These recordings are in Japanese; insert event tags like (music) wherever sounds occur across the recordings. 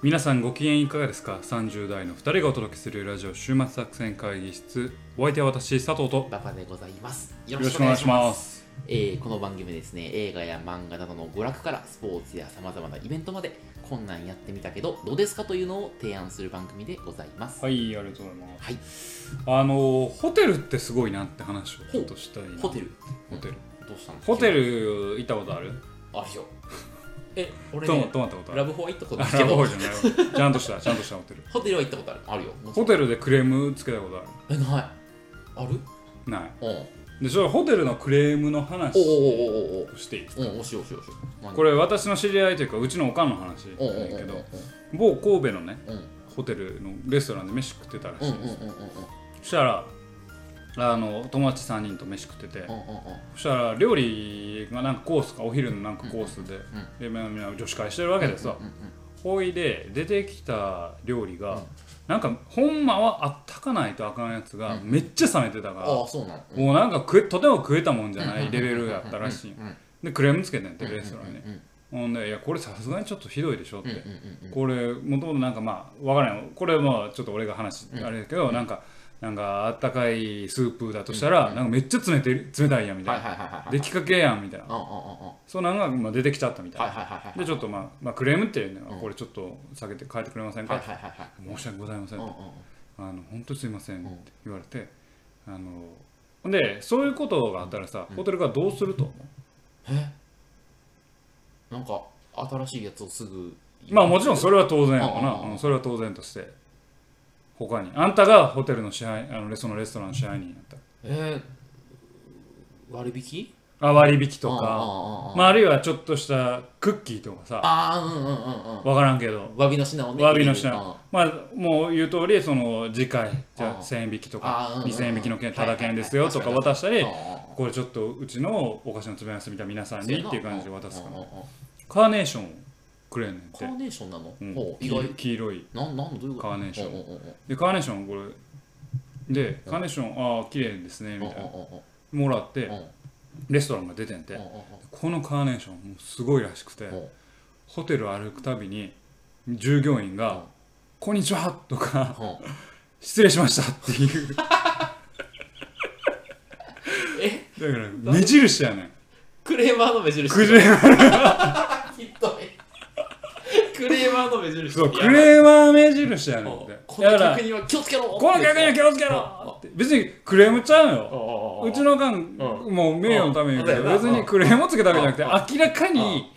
皆さんご機嫌いかがですか ?30 代の2人がお届けするラジオ週末作戦会議室お相手は私佐藤とバカでございます。よよろしくお願いしますえーこの番組ですね、映画や漫画などの娯楽からスポーツやさまざまなイベントまで、こんなんやってみたけど、どうですかというのを提案する番組でございます。はいありがとうございますはい、あのホテルってすごいなって話をちょっとしたいなホテル。ホテルどうしたのホテ。ル行ったことあるあ、いいよ。え、俺泊まね泊、まったことあラるブホは行ったことあないけラブホど、じゃないわちゃんとしたちゃんとしたホテルホテルは行ったことある。あるよ。ホテルでクレームつけたことあえ、ない。あるるないうん。でそれホテルのクレームのお話をおおおおおしていいお。うん、おしようおしようおしよう。何これ私の知り合いというかうちのおかんの話うんうんなうんんやうんけうんど某神戸のねうんホテルのレストランで飯食ってたらしうんいうんうんうんうんうんうんんです、そしたらあの友達3人と飯食ってて、そしたら料理がなんかコースかお昼のなんかコースで、でみんなみんな女子会してるわけですわ、うんうんほいで出てきた料理が、うんなんかほんまはあったかないとあかんやつがめっちゃ冷めてたから、ああ、そうなの。もうなんか食えとても食えたもんじゃないレベルやったらしい、うんうんうんでクレームつけてんてレストランに、うんうんほんで「いやこれさすがにちょっとひどいでしょ」って、うんうんうんうんこれもともとなんかまあわからないこれはまあちょっと俺が話あれだけど、なんかなんかあったかいスープだとしたら、なんかめっちゃ冷てる冷たいやんみたいはいな、はいはいはいはい。できかけやんみたいな、うんうんうんうん。そうなんかまあ出てきちゃったみたいな、はいはいはいはい。でちょっとまあ、まあ、クレームっていうのはこれちょっと避けて帰ってくれませんか、はいはいはいはい。申し訳ございません、うんうんあの本当にすいませんんって言われて、あのほんでそういうことがあったらさ、ホテルがどうすると思うなんか新しいやつをすぐ。まあもちろんそれは当然やわな、うんうんうんうんそれは当然として他にあんたがホテルの支配あのレそのレストランの支配人やったえー、割引らあ割引とうんかうんうんうんまあ、あるいはちょっとしたクッキーとかさあーうんうんうん分からんけどうん。わびの品をね。詫びの品うんうんまあもう言う通りその次回じゃうんあ1000円引きとあーうんかうんうん2000円引きの券はいはたいはだい券ですよとか渡したうりんうんこれちょっとうちのお菓子の詰め合わせみたいな皆さんにっていう感じで渡すかうんらうんうんうんカーネーションをくれんねんカてーネーションなの、うんほう意外。黄色いなんなんどういうことカーネーションうんうんうんうんでカーネーションこれでカーネーションああ綺麗ですねうんみたいなうんうんうもんらってうんレストランが出てんてうんうんこのカーネーションもうすごいらしくてうんホテル歩くたびに従業員うんが「こんにちは」とか (laughs) うん「失礼しました」っていうだか (laughs) えら目印やねんクレーマーの目印クレーひどいクレーマーの目印そうクーレーマー目印やねんマってこだかのら客には気をつけろこの客には気をつけろって別にクレームちゃうようちのの間、もう名誉のために言うけうどん別にクレームをつけたわけじゃなくて明らかうに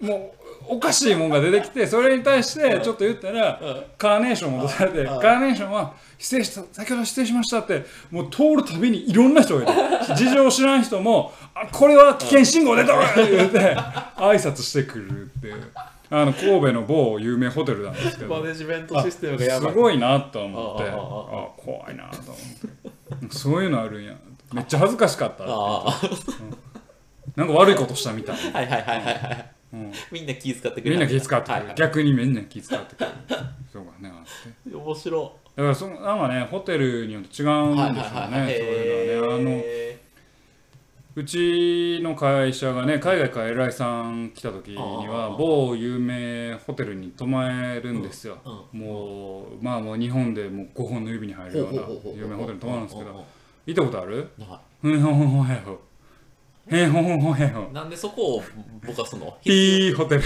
もうおかしいもんが出てきてそれに対してちょっと言ったらうんカーネーションを出されてうカんーネーションは失礼した先ほど失礼しましたってもう通るたびにいろんな人がい (laughs) る事情を知らん人もあこれは危険信号出たわって言って挨拶してくるっていうあの神戸の某有名ホテルなんですけどマネジメントシステムがやばいすごいなと思ってああああ怖いなと思ってそういうのあるんやめっちゃ恥ずかしかったあなんか悪いことしたみたい、あはいはいはいはいはいうん、みんな気遣ってくれみんな気遣ってくはるいはい逆にみんな気遣ってくるそうかねあって面白だからそのなんかねホテルによって違ういんはいでしょうはいはいねそういうのはねあのへうちの会社がね海外から偉いさん来た時にあはあ某有名ホテルに泊まるんですよ、うんもうまあもう日本でもう5本の指に入ーるようなほうほうほうほう有名ホテルに泊まるんですけほうどほ行ったことあるうほふんほんほんほんへほへんほんほんほんへほうなんでそこをぼかすの P ホテル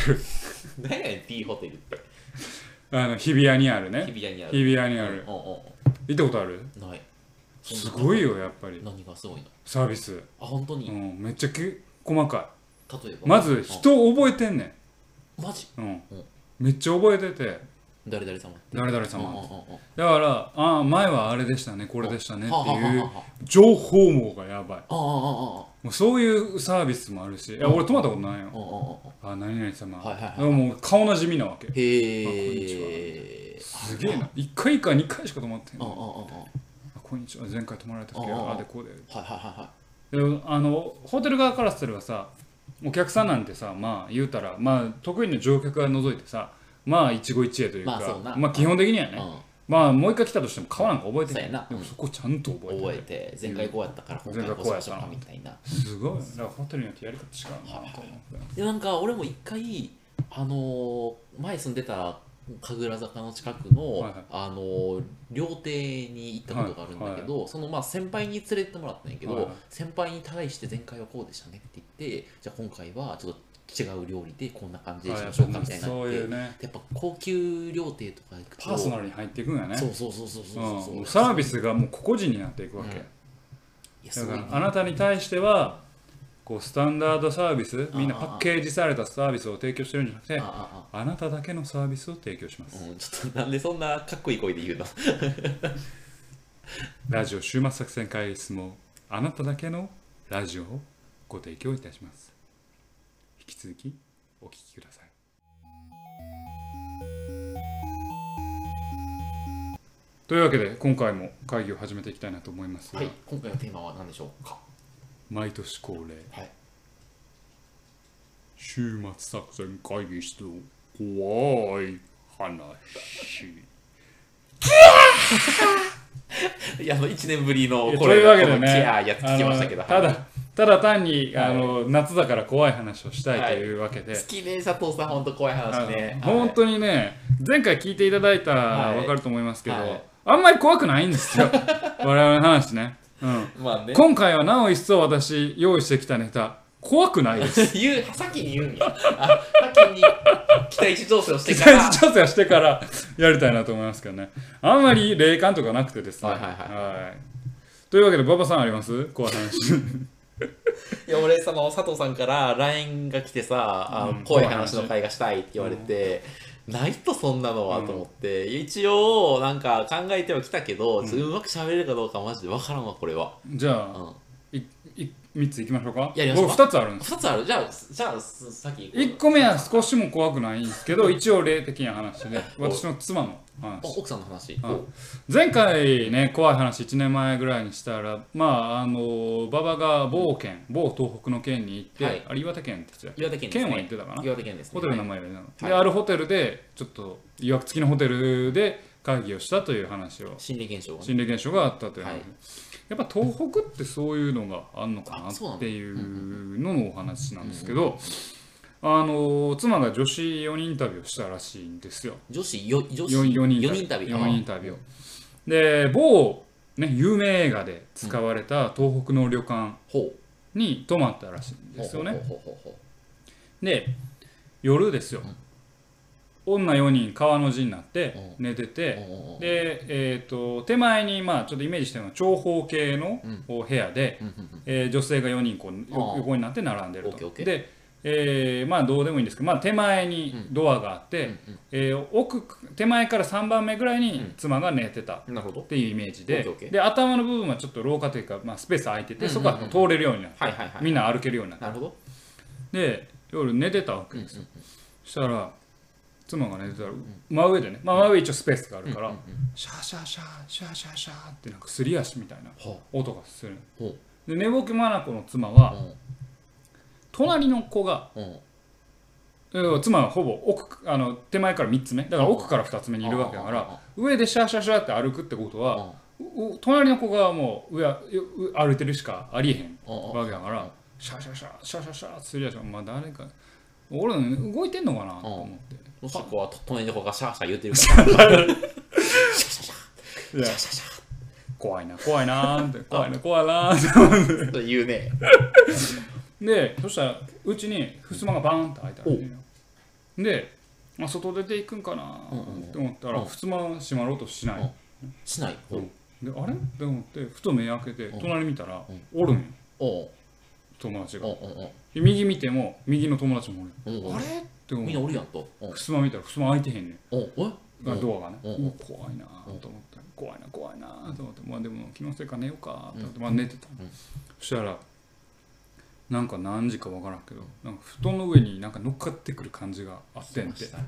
何やねん P ホテルってあの日比谷にあるね日比谷にある日比谷にあるうんうん行ったことあるうんないすごいよよやっぱり何がすごいのサービス、あ本当うにん、めっちゃき細か例えいばまずうん人を覚えてんねマジん、うんうん、めっちゃ覚えてて誰々様誰々うんうん様うんうんだからああ前はあれでしたねこれでしたねっていはうははは情報網がやばいああああああもうそういうサービスもあるしいや俺泊まったことないようんうんうんうんあ何々様、はいはいはいでももう顔なじみなわけへえすげえな1回か2回しか泊まってんうんのうんうんうんはいあこんにちは前回泊まられた時ああはああでこうではいはいはであのホテル側からすればさお客さんなんてさまあ言うたらまあ得意の乗客が除いてさまあ一期一会というか、まあそうまな、あ、基本的にはいね、まあもう一回来たとしても顔なんか覚えてなそうい、やなでもそこちゃんと覚うえん、て覚るえて前回こうやったから今前回回ここううしやっましたょうかみたいなすごいだからホテルによってやり方違うなと思ってでなんか俺も一回あのー前住んでた神楽坂の近くの、はいはいあの料亭に行ったことがあるんだけど、そのまあ先輩に連れてってもらったんやけど、はいはい先輩に対して前回はこうでしたねって言ってじゃあ今回はちょっと違う料理でこんな感じでしましょうかみたいになってそういうねやっぱ高級料亭とか行くとパーソナルに入っていくんやねそうそうそうそうそうそううんサービスがもう個々人になっていくわけ、うんいやすごだいかねらあなたに対してはこうスタンダードサービスみんなああパッケージされたサービスを提供してるんじゃなくてあああなただけのサービスを提供しまあす、うん、ちょっとなんでそんなかっこいい声で言うのラジオ週末作戦会議室もあなただけのラジオをご提供いたします引き続きお聞きくださいというわけで今回も会議を始めていきたいなと思いますが、はい今回のテーマは何でしょうか毎年恒例はい週末作戦会議室の怖い話。いやあの1年ぶりのというわけこでのケね、アやってきましたけどあのたはいだ、ただ単に、はいあの夏だから怖い話をしたはいいというわけで、好きね佐藤さん本当怖いあ話のね本当にね、前回聞いていただいたらはいわかると思いますけど、はいあんまり怖くないんです (laughs) よ、我々の話ね。うん、にまあね今回はなお一層私、用意してきたネタ、怖くないです。 (laughs) 言う先に言うんやあ先に期待値調 (laughs) 整をして期から待値調整をしてからやりたいなと思いますけどね。あんまり霊感とかなくてですね。はいはいははいというわけで、馬場さんあります怖い話。いや俺様を佐藤さんから LINE が来てさあの、うん怖い話の会がしたいって言われて、ないとそんなのはと思って、一応なんか考えてはきたけど、ううまく喋れるかどうかマジで分からんわこれは、じゃうあ、ん、いい3ついきましょうか。やりますか僕2つあるんです。 2つあるじゃあじゃあすさっき1個目は少しも怖くないんですけど、一応霊的な話で、私の妻のお話。奥さんの話、んお前回ね、怖い話1年前ぐらいにしたら、まあ、あの、馬場が某県、某東北の県に行って、はいあれ岩手県って言ってた岩手県です、ね、県は行ってたかな岩手県です、ね、ホテルの名前入れたの、はいであるホテルでちょっといわくつきのホテルで会議をしたという話を心理現象がね心理現象があったという話、はいやっぱ東北ってそういうのがあるのかあそうななっのていうののお話なんですけど、あの妻が女子4人旅をしたらしいんですよ女子よ女子 4, 人四人旅4人旅をで某、ね、有名映画で使われた東北の旅館ほに泊まったらしいんうですよねほうほうほうほうほで夜ですよ、女4人川の字になってう寝てうて、うんうんうんで、えー、と手前にまあちょっとイメージしてるのは長方形のうんこう部屋で、うんうんえー女性が4人こうあよあ横になって並んでるオッケーとオッケーで、えーまあどうでもいいんですけど、まあ、手前にドアがあって、うんうんえー奥手前から3番目ぐらいうにん妻が寝てたうんなるほどっていうイメージオッでケーオッケーで頭の部分はちょっと廊下というか、まあ、スペース空いてて、うんうんそうんこは通れるようになって、はいはいはいみんな歩けるようになってなるほどで夜寝てたわけうんですうんよ、うんしたら妻が寝てたら真上でね、まあ、真上一応スペースがあるから、うんうんうんシャーシャーシャーシャーシャーシャーってなんかすり足みたいなほ音がするうほうで寝ぼけまなこの妻はう隣の子がんうん要は妻はほぼ奥あの手前から3つ目だから奥から2つ目にいるわけだから上でシャーシャーシャーって歩くってことはうう隣の子がもう上う歩いてるしかありえへんわけだかうらんシャーシャーシャーシャーシャーシャーすり足まあ誰か俺のね動いてんのかなと思って。もしくは隣の子がシャーシャー言ってるからいやシャシ怖いな怖いなーって怖いな怖いなーってャーと言うねでそしたらうちに襖がバーンって開いたらしいのよで、まあ、外出ていくんかなーって思ったらうん襖閉まろうと (laughs) しない、しないおうであれって思ってふと目開けてうん隣見たらうんおるんよおう友達がおうおうおで右見ても右の友達もうおるおうあれって思みんなうおるやんとおう襖見たら襖開いてへんねんおうおうまあドアがね、うんうわ怖いなーと思って怖いな怖いなーと思ってまあでも気のせいか寝ようかーと思ってまあ寝てた、うんそしたらなんか何時かわからんけどなんか布団の上になんか乗っかってくる感じがあってんまてしたね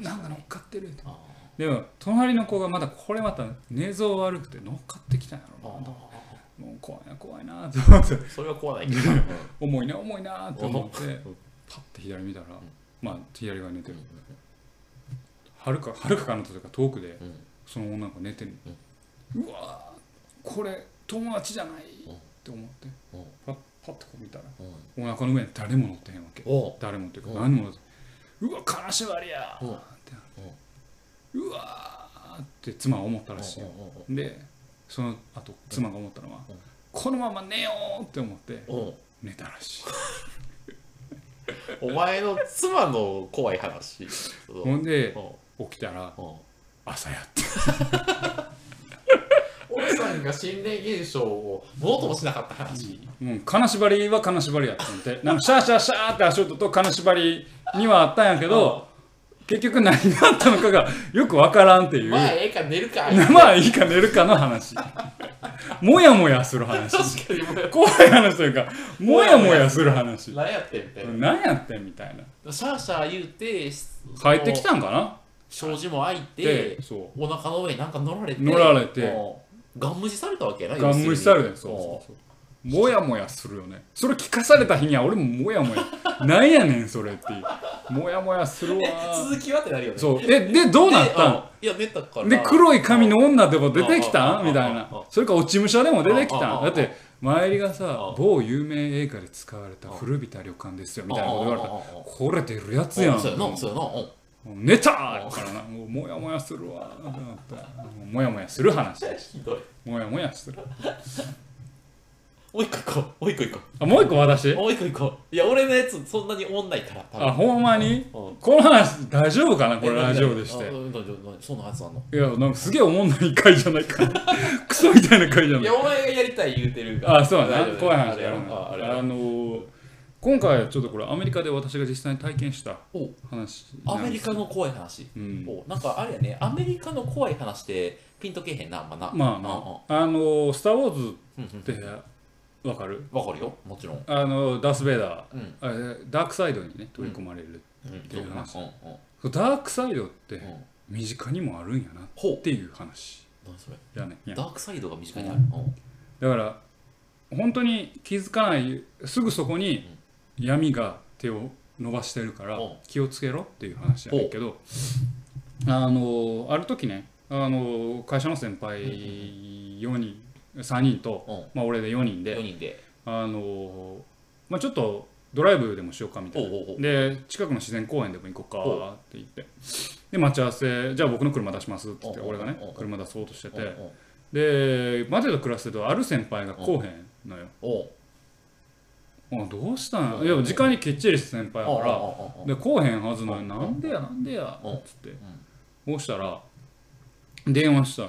なんか乗っかってるってあでも隣の子がまだこれまた寝相悪くて乗っかってきたんやーろあうなともう怖いな怖いな (laughs) ーと思ってーそれは (laughs) 怖ないけどうん重いな重いなーと思ってうんパッて左見たらまあ左側に寝てうるんはるかはるか彼方というか遠くでうんその女の子寝てる、うわーこれ友達じゃないって思ってうんパッパッとこう見たらうんお腹の上に誰も乗ってへんわけおう誰もっていうかうん何も乗ってうわ金縛りやーうんってなってうんうわーって妻は思ったらしいよおでその後妻が思ったのはうんこのまま寝ようって思ってうおうおう寝たらしいお前の妻の怖い話。そうほんでおう起きたらおう朝やって奥さんが心霊現象をものともしなかった話。もう金縛りは金縛りやったんでなんかシャーシャーシャーって足音と金縛りにはあったんやけど結局何があったのかがよくわからんっていうまあ、ええか寝るか。 (laughs) まあいいか寝るかの話もやもやする (laughs) 話確かにもう、怖い話というかもやもやする話何やってんみたいな。何やってんみたいなシャーシャー言うて、帰ってきたんかな障子も開いでて、そお腹の上になんか乗られて、乗られてもうガン無視されたわけやな。うガン無視されて要んすそるうにそうそうもやもやするよねそれ聞かされた日には俺ももやもやなんやねんそれっていうもやもやするわうん続きはってなるよね。そうえでどうなったんでうんいや、寝たから。で黒い髪の女でも出てきうたんんみたいうんなそれか落ち武者でも出てきたうんんだって周りがうさん某有名映画で使われた古びた旅館ですよみたいなこと言われたらうんうんうんうんこれ出るやつやんそうやな、そうやな。うん寝たーからなもうもやもやするわーってなったもうもやもやする話ひどい。もやもやするもう一個行こう、もう一個行こあもう一個う。私 (laughs) もう一個行こう。いや、俺のやつ、そんなにおんないから、多分あほんまにうんこの話大丈夫かなこれラジオでしあてうん大丈夫大丈夫そんなはずあんのいやなんかすげえおもんない回じゃないかクソみたいな回じゃないいやお前がやりたい言うてるからあそうだ大丈な夫怖い話やあるれああれなあのー今回はちょっとこれアメリカで私が実際に体験したお話アメリカの怖い話、うんおなんかあれやねアメリカの怖い話ってピンとけえへんなあんまなまあまああのースター・ウォーうんうんズってわかるわかるよもちろんあのーダース・ベイダーうんあれダークサイドにね取り込まれる、うんていう話うんうんダークサイドってうん身近にもあるんやなほうっていう話何それやねんいやダークサイドが身近にあるだから本当に気づかないすぐそこに闇が手を伸ばしてるからほ気をつけろっていう話やねんけどあのある時ねあの会社の先輩4人3人うとん、まあ、俺で4人で4人であのまあ、ちょっとドライブでもしようかみたいなほうほうほうで近くの自然公園でも行ほこうかって言ってで待ち合わせじゃあ僕の車出しますって言ってほうほう俺ほうがねほうほう車出そうとしてうんうんてで待てと暮らしてるとある先輩が来おへんのよおうあどうしたんほうほうやいや時間にきっちりした先輩おうやかおうおうおうらで来おへんはずなのにほうなんでやなんでやほうつってこうしたら電話した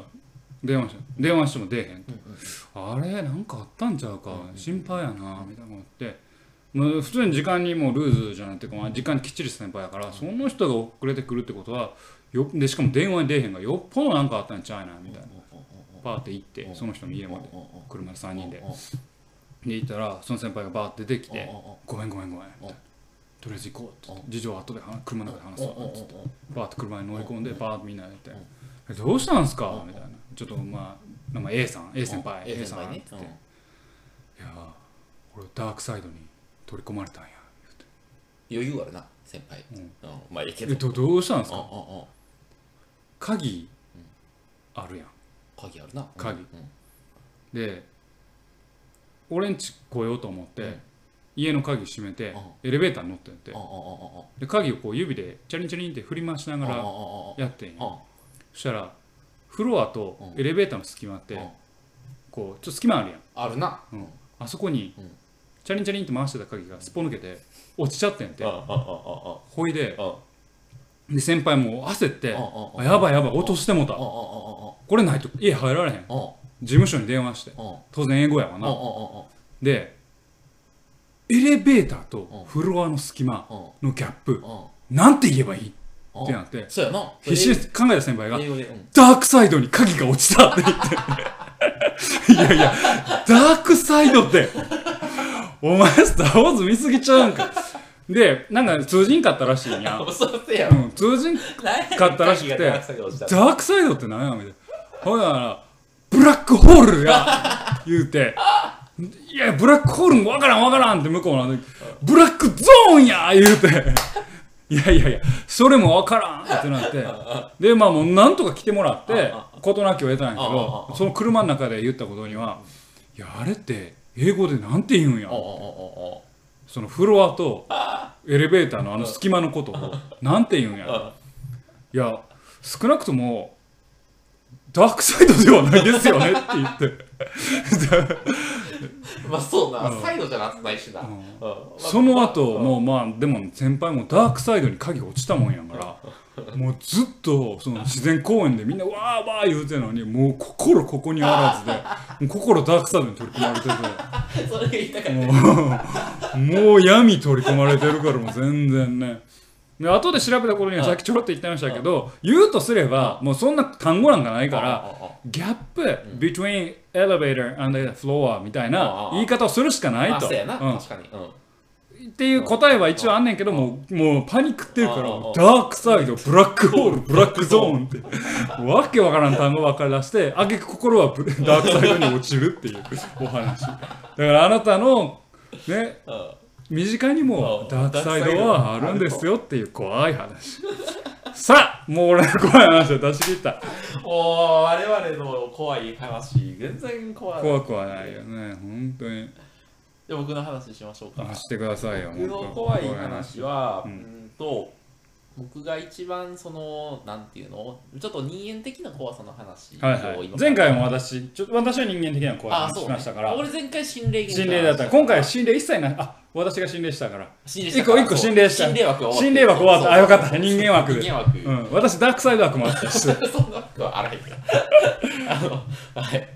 電話した電話しても出えへんうんうんあれなんかあったんちゃうかうんうん心配やなみたいなのってもう普通に時間にもうルーズじゃなくてまあ時間にきっちりした先輩やからその人が遅れてくるってことはよでしかも電話に出えへんがよっぽどなんかあったんちゃうなみたいなパーって行ってその人の家までうんうんうん車で3人でうんうんで行ったらその先輩がバーって出てきてうんうん「ごめんごめんごめん」みたいなとりあえず行こう」って言って事情は後で話車の中で話すわ」うんうんうんつってバーって車に乗り込んでバーってみんなで行って「えどうしたんすか?」みたいなちょっとまあ名前 A さん A 先輩 A A 先さ輩んっねて言って。いやー俺ダークサイドに取り込まれたんや余裕あるな先輩うんうんまあいいけえどっとどうしたんですうんうかんうん鍵あるやん鍵あるな鍵うんうんで俺んち来ようと思って、うん家の鍵閉めて、うんエレベーターに乗ってんて、うんうんうんうんで鍵をこう指でチャリンチャリンって振り回しながうんらうんうんうんやってんやうんそしたらフロアとうんエレベーターの隙間って、うんこうちょっと隙間あるやんあるなあそこに、うんチャリンチャリンって回してた鍵がすっぽ抜けて落ちちゃってんて、うんうんうんうんうんほいでうんうんで先輩も焦って、うんうんうんあやばいやばい落としてもうた、うんうんこれないと家入られへんうんうん事務所に電話してうん当然英語やわな、うんうんうんでエレベーターとフロアの隙間うんのギャップうんなんて言えばいいっうんてなってそうやな必死に考えた先輩が英語でうん「ダークサイドに鍵が落ちた」って言って (laughs) いやいやダークサイドってお前スター・ウォーズ見すぎちゃうんかでなんか通じんかったらしいんや、そうせやうん、通じん買ったらしくて何やねん鍵がダークサイドに落ちたダークサイドって何やみたいな。ほんなら、ブラックホールや (laughs) 言うて、いや、ブラックホールもわからんわからんって向こうの話、ブラックゾーンや言うて、いやいやいや、それもわからんってなって、で、まあもうなんとか来てもらって、事なきを得たんやけうんうんうど、その車の中で言ったことには、いや、あれって英語でなんて言うんやお。おおおおそのフロアとエレベーターのあの隙間のことを、なんて言うんや。いや少なくともダークサイドではないですよねって言ってまあそうな、うんサイドじゃなくないしな、うんうんまあその後うんもうまあでも先輩もダークサイドに鍵落ちたもんやからもうずっとその自然公園でみんなわーわー言うてんのにもう心ここにあらずでもう心ダークサイドに取り込まれてて。 (laughs) それが言いたかっもうもう闇取り込まれてるからもう全然ねで後で調べた頃にははいさっきちょろっと言ってましたけど言うとすればもうそんな単語なんかないたからあギャップ between elevator and the floor みたいあなあ言い方をするしかないあとそうやな、うん確かに、うんっていう答えは一応あんねんけどもうもうパニックってるからああああダークサイドブラックホールブラックゾーンってわけわからん単語ばっかり出してあげく心 (laughs) はブダークサイドに落ちるっていうお話だからあなたのねうん身近にもあダークサイドはあるんですよっていう怖い (laughs) 話さあもう俺の怖い話を出し切ったもう我々の怖い話全然怖い怖くはないよね本当にで僕の話しましょうかあしてくださいよ僕の本当怖い話は、ううんんと、僕が一番その、なんていうの、ちょっと人間的な怖さの話を今、はいはい前回も私ちょ私は人間的な怖いあ話そうしねましたから俺前回心霊現象心霊だった今回は心霊一切ないあ私が心霊したから心霊一個一個心霊した心霊枠は終わった。心霊枠終わったあよかった人間枠で人間枠。うん私ダークサイド悪もあったしそんな枠は荒いからあの、はい。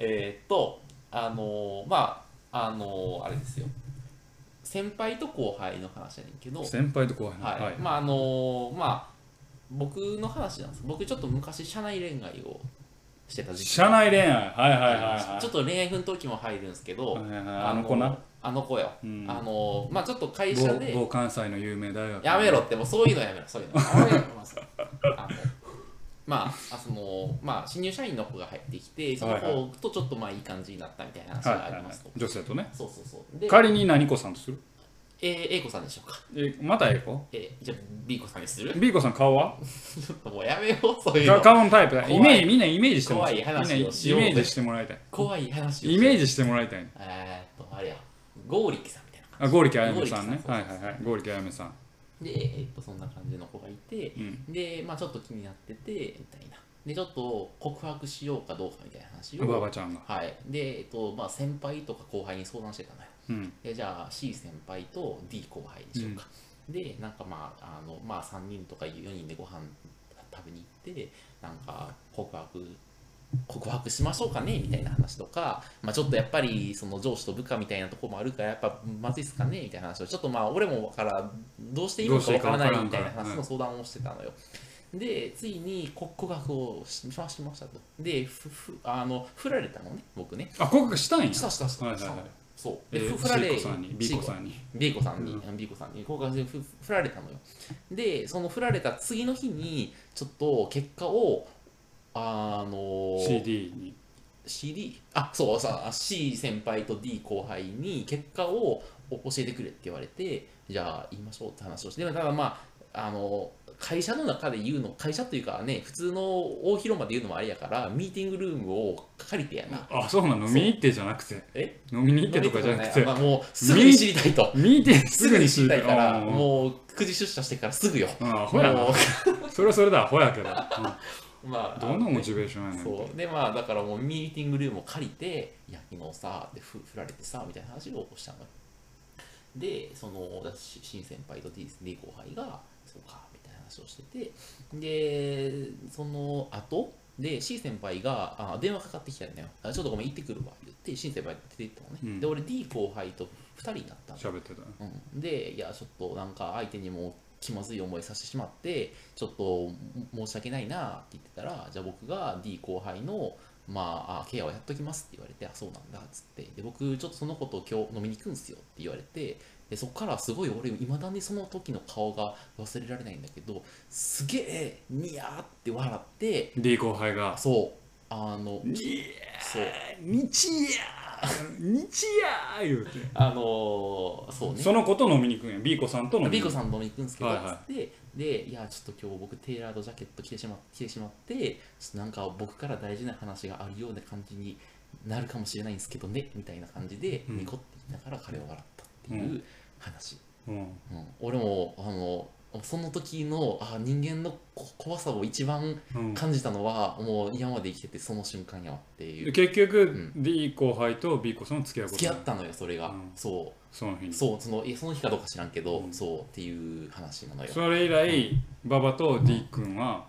えーっと、あの、まあ、あの、あれですよ。先輩と後輩の話やねんけど、先輩と怖いなはい、まああのまあ僕の話なんです僕ちょっと昔社内恋愛をしてた時期社内恋愛はいはいはいはいちょっと恋愛奮闘期も入るんですけど、はいはいあの子なあの子よ、うんあのまあちょっと会社某で某関西の有名大学やめろってもうそういうのやめろそういうのやめろまあそうあのまああそのまあ新入社員の子が入ってきてそのはい子とちょっとまあいい感じになったみたいな話はいはがいあはりますと、い、女性とねそうそうそうで、仮に何子さんとするえー A 子さんでしょうか、えまた A 子えーじゃあ B 子さんにする B 子さん顔はちょっともうやめようそういうかの顔のタイプだ怖いイメージみんなイメージしてもら怖い話みんをなイメしようぜージしてもらいたい怖い話をイメージしてもらいたいえーっとあれや剛力さんみたいなあ剛力あやめさんね剛力さんはいはいはい剛力あやめさんで、えーっとそんな感じの子がいて、うんでまあちょっと気になっててみたいなでちょっと告白しようかどうかみたいな話馬を場ちゃんがはいで、えーっとまあ、先輩とか後輩に相談してたのようんでじゃあ C 先輩と D 後輩にしようか、でなんかまああのまあ3人とか4人でご飯食べに行ってなんか告白告白しましょうかねみたいな話とか、まあ、ちょっとやっぱりその上司と部下みたいなところもあるからやっぱまずいっすかねみたいな話をちょっとまあ俺もからどうしていいのかわからないみたいな話の相談をしてたのよ。でついに告告白をしましましたと。でふふあの振られたのね僕ね。あ告白したんやしたしたしたはいはいしたはいのよそう。えでーふ振ら C れ子さんに B 子さんに B 子さんに、B 子さんに交換してふ振られたのよでその振られた次の日にちょっと結果をあの CD に CD あそうさ C 先輩と D 後輩に結果をお教えてくれって言われてじゃあ言いましょうって話をしてでもただまああの会社の中で言うの会社というかね普通の大広間で言うのもあれやからミーティングルームを借りてやなあそうなの飲みに行ってじゃなくてえ飲みに行ってとかじゃなくてまあ、もうすぐに知りたいと見てすすぐぐにに知りたいから、ももう9時出社してからすぐよ。うんアホやもなそれはそれでアホやけどううまあ、んどんなモチベーションやねんそう。で、まあ、だからもうミーティングルームを借りて、いや、昨日さ、でふ振られてさ、みたいな話をしたのよ。で、その、私新先輩と D, D 後輩が、そうか、みたいな話をしてて、で、その後、で、C 先輩が、あ電話かかってきたんだよ。あちょっとごめん、行ってくるわ。言って、C 先輩出て行ったのね。うんで、俺 D 後輩と2人になったの。喋ってたねうん、でいやちょっとなんか相手にも気まずい思いさせてしまってちょっと申し訳ないなって言ってたらじゃあ僕が D 後輩のまあ、あケアをやっときますって言われて、あ、そうなんだっつって、で僕、ちょっとその子と今日飲みに行くんですよって言われて、でそこからすごい俺、いまだにその時の顔が忘れられないんだけど、すげえ、にやーって笑って、 D 後輩がそう、あの、にそう、日や日や言うて、あのーそうね。その子と飲みに行くんや B 子さんと飲みにビー行コくさんの飲みに行くんですけど、はいはつってで、いや、ちょっと今日僕、テーラードジャケット着てしま着てしまって、ちょっとなんか僕から大事な話があるような感じになるかもしれないんですけどね、みたいな感じで、うんニコって言いながら彼を笑ったっていう話。うんうん俺も、あの、その時のあ人間のこ怖さを一番うん感じたのは、もう今まで生きててその瞬間やわっていでう結局ん D 後輩と B 子さん付き合うこ付ときになる合ったのよそれが、うんそその日うにそうそのいやその日かどうか知らんけど、うんそうっていう話なのよそれ以来馬場と D 君は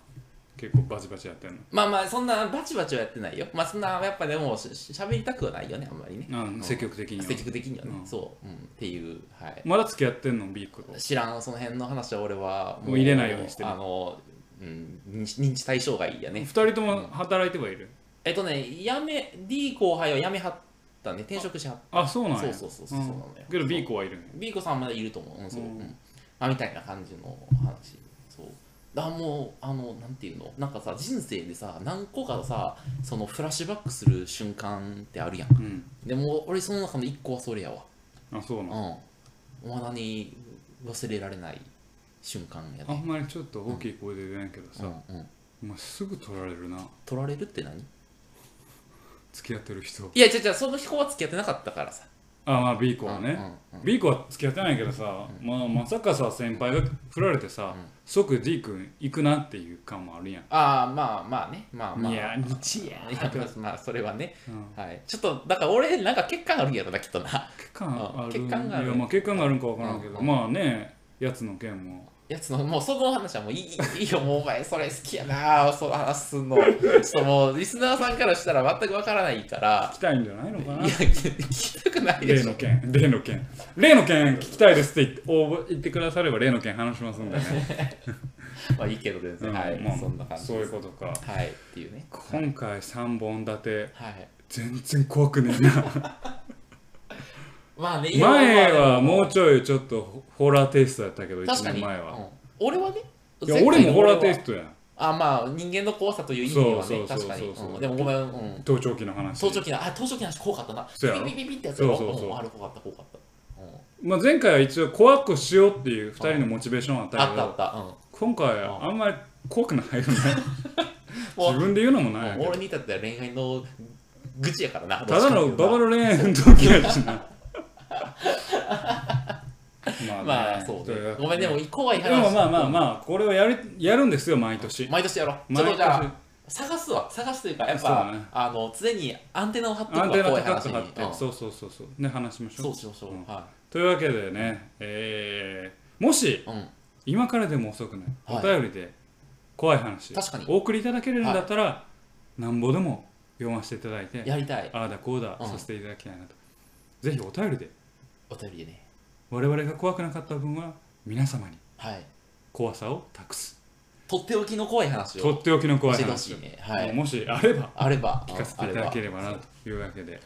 結構バチバチやってるまあまあそんなバチバチはやってないよまあそんなやっぱでもしし喋りたくはないよねあんまりね、の、う、うんん積極的には積極的にはね、うんそう、うん、っていうはいまだ付き合ってんの B 子と知らんその辺の話は俺はもう入れないようにしてるあの、うん、認知認知対象外や二ね人とも働いてはいるえっとねやめ D 後輩は辞めはったね転職しはっあそうなんやそうそうそうそうそうなのよんけど B 子はいるんや B 子さんまだいると思う、うんそうううんんまあ、みたいな感じの話そうだからもうあのなんていうのなんかさ人生でさ何個かさそのフラッシュバックする瞬間ってあるやんうんでも俺その中の1個はそれやわあそうなんうんまだに忘れられない瞬間やあんねまりちょっと大きい声で出ないけどさ、うんうんお前すぐ取られるな取られるって何付き合ってる人いや違う違うその子は付き合ってなかったからさあまあ B 子はね、うんうん B 子は付き合ってないけどさ、まあ、まさかさ先輩が振られてさ、うん即 D 君行くなっていう感もあるやん、ああまあまあねまあまあいや日やいや (laughs) まあそれはねうんはいちょっとだから俺なんか欠陥あるんやろなきっとな血管ある血管があるいやまあ血管があるんかわからんけど、うんまあねやつの件もやつのもうその話はもういいいいよもうお前それ好きやなその話すんのちょっともうリスナーさんからしたら全くわからないから聞きたいんじゃないのいかやな聞きたくないで例しょの件例の件例の件聞きたいですって言って応募言ってくだされば例の件話しますんでね、まあいいけど全う然ん (laughs) はいまあそんな感じそういうことかとはいっていうね今回3本立てはい全然怖くねえなまあねいや前まあはもうちょいちょっとホラーテイストやったけど確1かに年前うはん俺はねいや俺もホラー前テイ回の俺はストやんあまあ人間の怖さという意味はそねうそうそうそ確うかに、そううんでもごめん、うん、盗聴器の話盗聴器のあ盗聴器の話怖かったなそうやろビビビビってやつよそうそうそうんあれ怖かった怖かった、うんまあ、前回は一応怖くしようっていう2人のモチベーションはあったあけっどたあった、うん今回うんあんまり怖くないよね (laughs) もう自分で言うのもないやけもうど俺に至っては恋愛の愚痴やからなただのバどっちかっていバうとの恋愛の時や (laughs) しなままあそうといねわけごめんでも怖いで話もまあまあまあこれをやるやるんですよ毎年毎年やろうちょ毎年っとじゃあ探すわ探すというかやっそぱ、うねあの常にアンテナを張ってアンるテナ怖い高話くに張って、うんそうそうそうそうね話しましょそううそうそう、うんはというわけでね、えーもしい、うん、今からでも遅くない、はいお便りで怖い話確かにお送りいただけるんだったら、なんぼでも読ませていただいてやりたいああだこうだうんさせていただきたいなと、ぜひお便りでお便りでね我々が怖くなかった分は皆様にはい怖さを託すとっておきの怖い話をとっておきの怖い教えてほ話しいねはいもうもしあればあれば聞かせていただければあなばというわけではい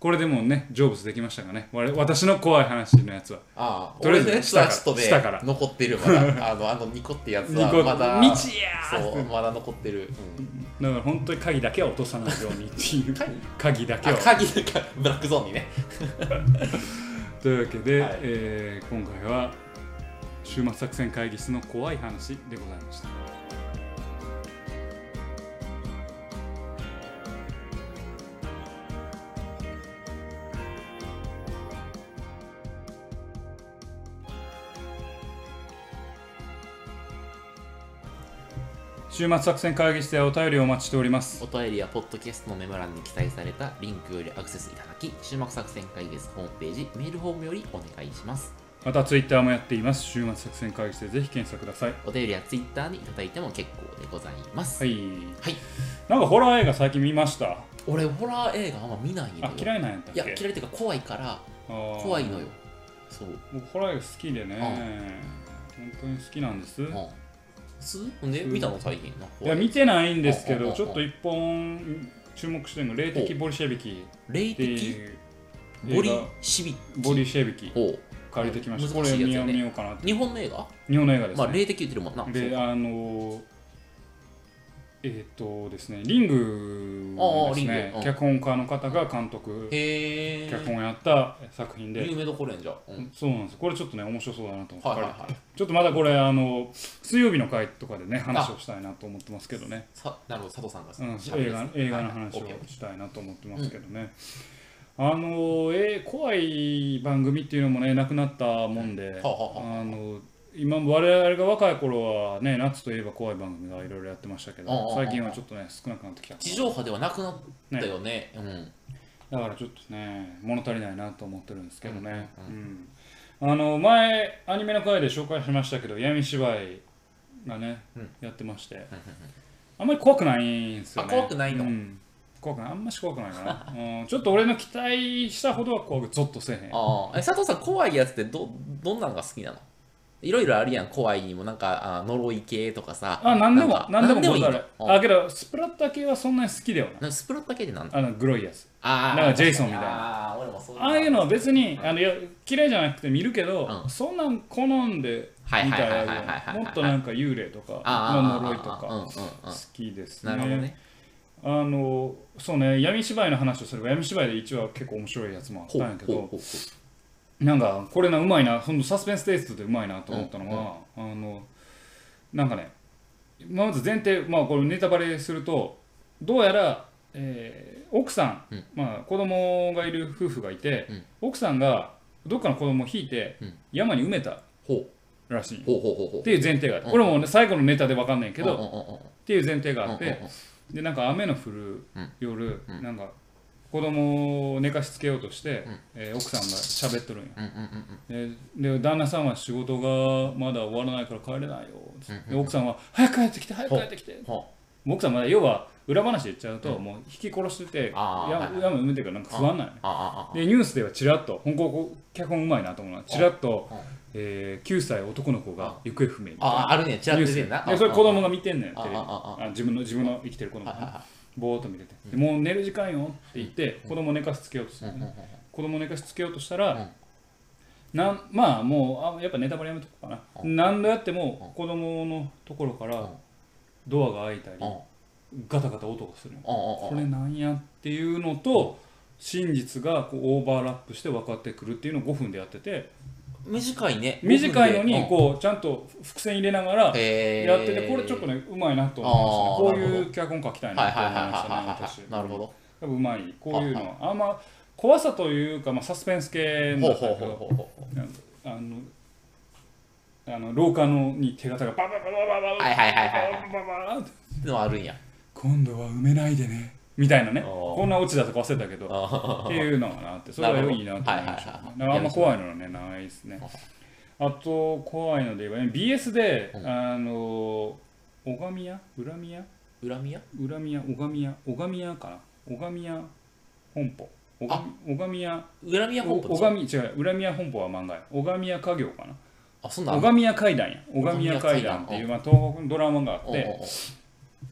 これでもうね成仏できましたかね我々私の怖い話のやつはああとりあえ俺ずのねやつはちょっと下からね残っ (laughs) てるまだあのあのニコってやつニはコまだ未知やーそうまだ残ってるうんだから本当に鍵だけは落とさないようにっていう鍵鍵だけあは鍵かブラックゾーンにねというわけで、はいえー今回は終末作戦会議室の怖い話でございました。終末作戦会議室ではお便りをお待ちしております。お便りはポッドキャストのメモ欄に記載されたリンクよりアクセスいただき終幕作戦会議室ホームページメールフォームよりお願いしますまたツイッターもやっています。週末作戦会議室でぜひ検索ください。お便りはツイッターにいただいても結構でございますはい。はいなんかホラー映画最近見ました。俺ホラー映画あんま見ないのよあ、嫌いなんやったっいけや嫌いっていうか怖いから怖怖いのよそう僕ホラー映画好きでね、本当に好きなんです、いすほんで見たの最近なんかや怖い見てないんですけうんうんどうんちょっと一本注目してるの霊的ボリシェビキ霊って的いうボリ映画シビボリシェビキおう借りてきましたこ難れしいやつ見よやうね見ようかなって日本の映画、日本の映画ですまあね、霊的言ってるもんなでそうあのーえっ、とですねリングああですリンねグうん脚本家の方が監督へ脚え本やった作品で有名どころやんじゃ、うんそうなんですこれちょっとね面白そうだなと思ってはい借はいりてはいちょっとまだこれあの水曜日の回とかでね話をしたいなと思ってますけどね、さなるほど佐藤さんがうん、喋る映画やつね映画はいのはい話 OK をしたいなと思ってますけどね、あのえー怖い番組っていうのもねなくなったもんで、はあはあはあの今も我々が若い頃はね夏といえば怖い番組がいろいろやってましたけあああどあ最近はちょっとね少なくなってきた地上波ではなくなったよね。うん。だからちょっとね物足りないなと思ってるんですけどね、うんあの前アニメの回で紹介しましたけど闇芝居がね、うんやってまして、あんまり怖くないんですよねあ怖くないのうん怖くないあんまし怖くないかな、うん、ちょっと俺の期待したほどは怖くゾッとせえへんああ。え、佐藤さん、怖いやつってど、どんなのが好きなのいろいろあるやん、怖いにも、なんか、あ呪い系とかさ。あ何でもなんか何でもごいいざのるあけどスプラッター系はそんなに好きではないうんスプラッタ系でなんだあのグロいやつああ。なんかジェイソンみたいなな。ああ、俺もそうああいうのは別にあのいや嫌いじゃなくて見るけど、うんそんなん好んではい見はたいはいらはいいいはいはいやんもっとなんか幽霊とかああの呪いとうんうんかうん好きですね。なるほどね。あのそうね闇芝居の話をすれば闇芝居で一話結構面白いやつもあったほうんやけどほうほうほなんかこれなうまいなほんとサスペンステイストでうまいなと思ったのは、あのなんかねまず前提まあこれネタバレするとどうやら、えー奥さん、うんまあ子供がいる夫婦がいて、うん奥さんがどっかの子供を引いて、うん山に埋めたうほらしいっうほうほうほうほう。ていう前提があって、うんこれもうね最後のネタで分かんないけど、うんっうんうんうんていう前提があって、うんうんうんでなんか雨の降るうん夜、うんなんか子供を寝かしつけようとして、うんえー奥さんが喋っとるんようんうんうんうんでで旦那さんは仕事がまだ終わらないから帰れないよつって、うんうんで奥さんは早く帰ってきて早く帰ってきてほ奥さんまだ要は裏話で言っちゃうと、うもう引き殺しててあーやはいはいやむ埋めてるからなんか不安なんようああああでニュースではちらっと本校脚本うまいなと思うのはちらっとうんうん、えー9歳男の子が行方不明みたいあなああるねちらっニとュース出てんなでそれ子供がが見てんのよテレビああああ自分の自分の生きてる子供がはいはねいはいぼーっと見ててでもう寝る時間よって言って子供寝かしつけようとするうんのうんねうんうん子供寝かしつけようとしたら、うんなんまあもうあやっぱネタバレやめとこうかな、う何度やっても子供のところかうんらドアが開いたり、うんうんガタガタ音がするの、うんこれなんやっていうのと真実がこうオーバーラップして分かってくるっていうのを5分でやってて短いね短いの五分にでこうちゃんと伏線入れながらうんへえやっててこれちょっとねうまいなと思いましたねあーこういう脚本書きたいはないとはい思はいいはいましたね私はいなるほど多分うまいこういうのはあんま怖さというか、まあ、サスペンス系ほなうだんけほうどほうほうほうなんかあのあの廊下のに手形がバババババババはいはいはいはいはいバババババってのはあるんや今度は埋めないでねみたいなねあーこんなオチだとか忘れたけどあっあていうのがなってそれがいいなと思いましなるたほねどだからあんま怖いのはねないですねあと怖いので言えばね BS でうんあの拝み屋恨み屋恨みや恨み屋拝み屋拝み屋かな拝み屋本舗あ拝み拝み屋恨みや本お舗拝み違う恨み屋本舗は漫画や拝み屋家業かなあそんなんあんの拝み屋階段や拝み屋階段っていう、まあ、東北のドラマがあっうんうんて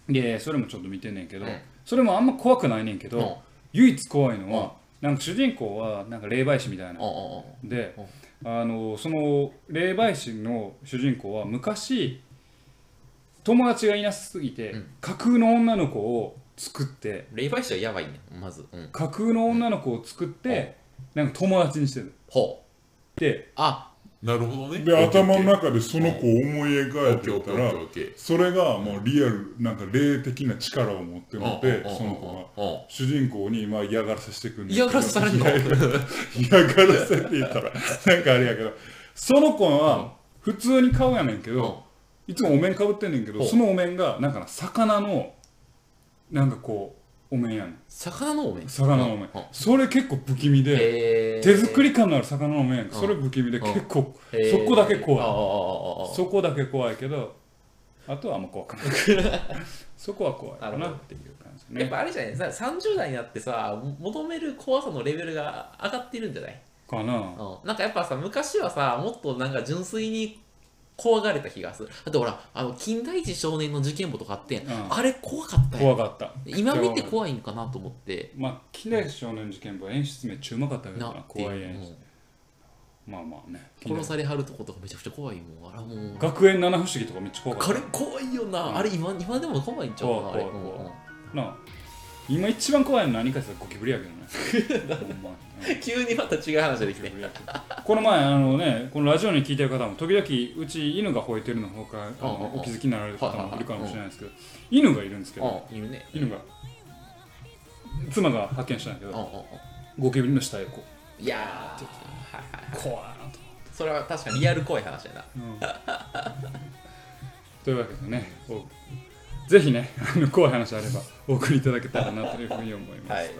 でそれもちょっと見てんねんけど、うんそれもあんま怖くないねんけど、うん唯一怖いのは、なんか主人公はなんか霊媒師みたいな、うんうんで、あのその霊媒師の主人公は昔友達がいなすぎて、うん架空の女の子を作って霊媒師はやばいねまずうん架空の女の子を作って、なんか友達にしてるほうであなるほどねで頭の中でその子を思い描いてたらオッケーそれがもうリアルなんか霊的な力を持ってのでその子が子主人公にまあ嫌がらせしてくるんだけ嫌どがらせされんの嫌がらせって言ったらなんかあれやけどその子は普通に顔やねんけどいつもお面かぶってんねんけうどんそのお面がなんかな魚のなんかこうお面やねん (laughs) 魚のお面魚のお面それ結構不気味でえ手作り感のある魚のお面やんかそれ不気味でうん結構へーそこだけ怖いああああああそこだけ怖いけどあとはあんま怖くない (laughs) そこは怖いかなっていう感じやっねぱあれじゃないさ30代になってさ求める怖さのレベルが上がってるんじゃない、かなうん、なんかやっぱさ昔はさもっとなんか純粋に怖がれた気がするあとほらあの金田一少年の事件簿とかあって、うんあれ怖かった怖よかった今見て怖いんかなと思ってまあ木梨少年事件簿演出めっちゃうまかったけどななっていう怖い演う出んまあまあね殺されはるとことかめちゃくちゃ怖いもんあらもう学園七不思議とかめっちゃ怖かあっれ怖いよな、うんあれ今今でも怖いんちゃうかなあ怖れい怖い怖いうんうんたなあ今一番怖いの何かって言ったらゴキブリやけど (laughs) ねほんまにうん急にまた違う話できてこの前あのねこのラジオに聞いてる方も時々うち犬が吠えてるのほかあのうんうんお気づきになられる方はいはいはもいいるかもしれないですけど犬がいるんですけどうんいるね犬が妻が発見したんだけうんうどんうんゴキブリの下へこいやーはいはい怖いなとそれは確かにリアル怖い話やなうんというわけでねおぜひねあの怖い話あればお送りいただけたらなというふうに思います、はい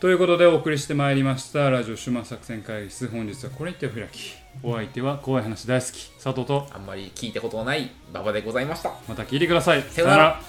ということでお送りしてまいりましたラジオ終末作戦会議室本日はこれにてお開きお相手は怖い話大好き佐藤とあんまり聞いたことのない馬場でございましたまた聞いてくださいさようなら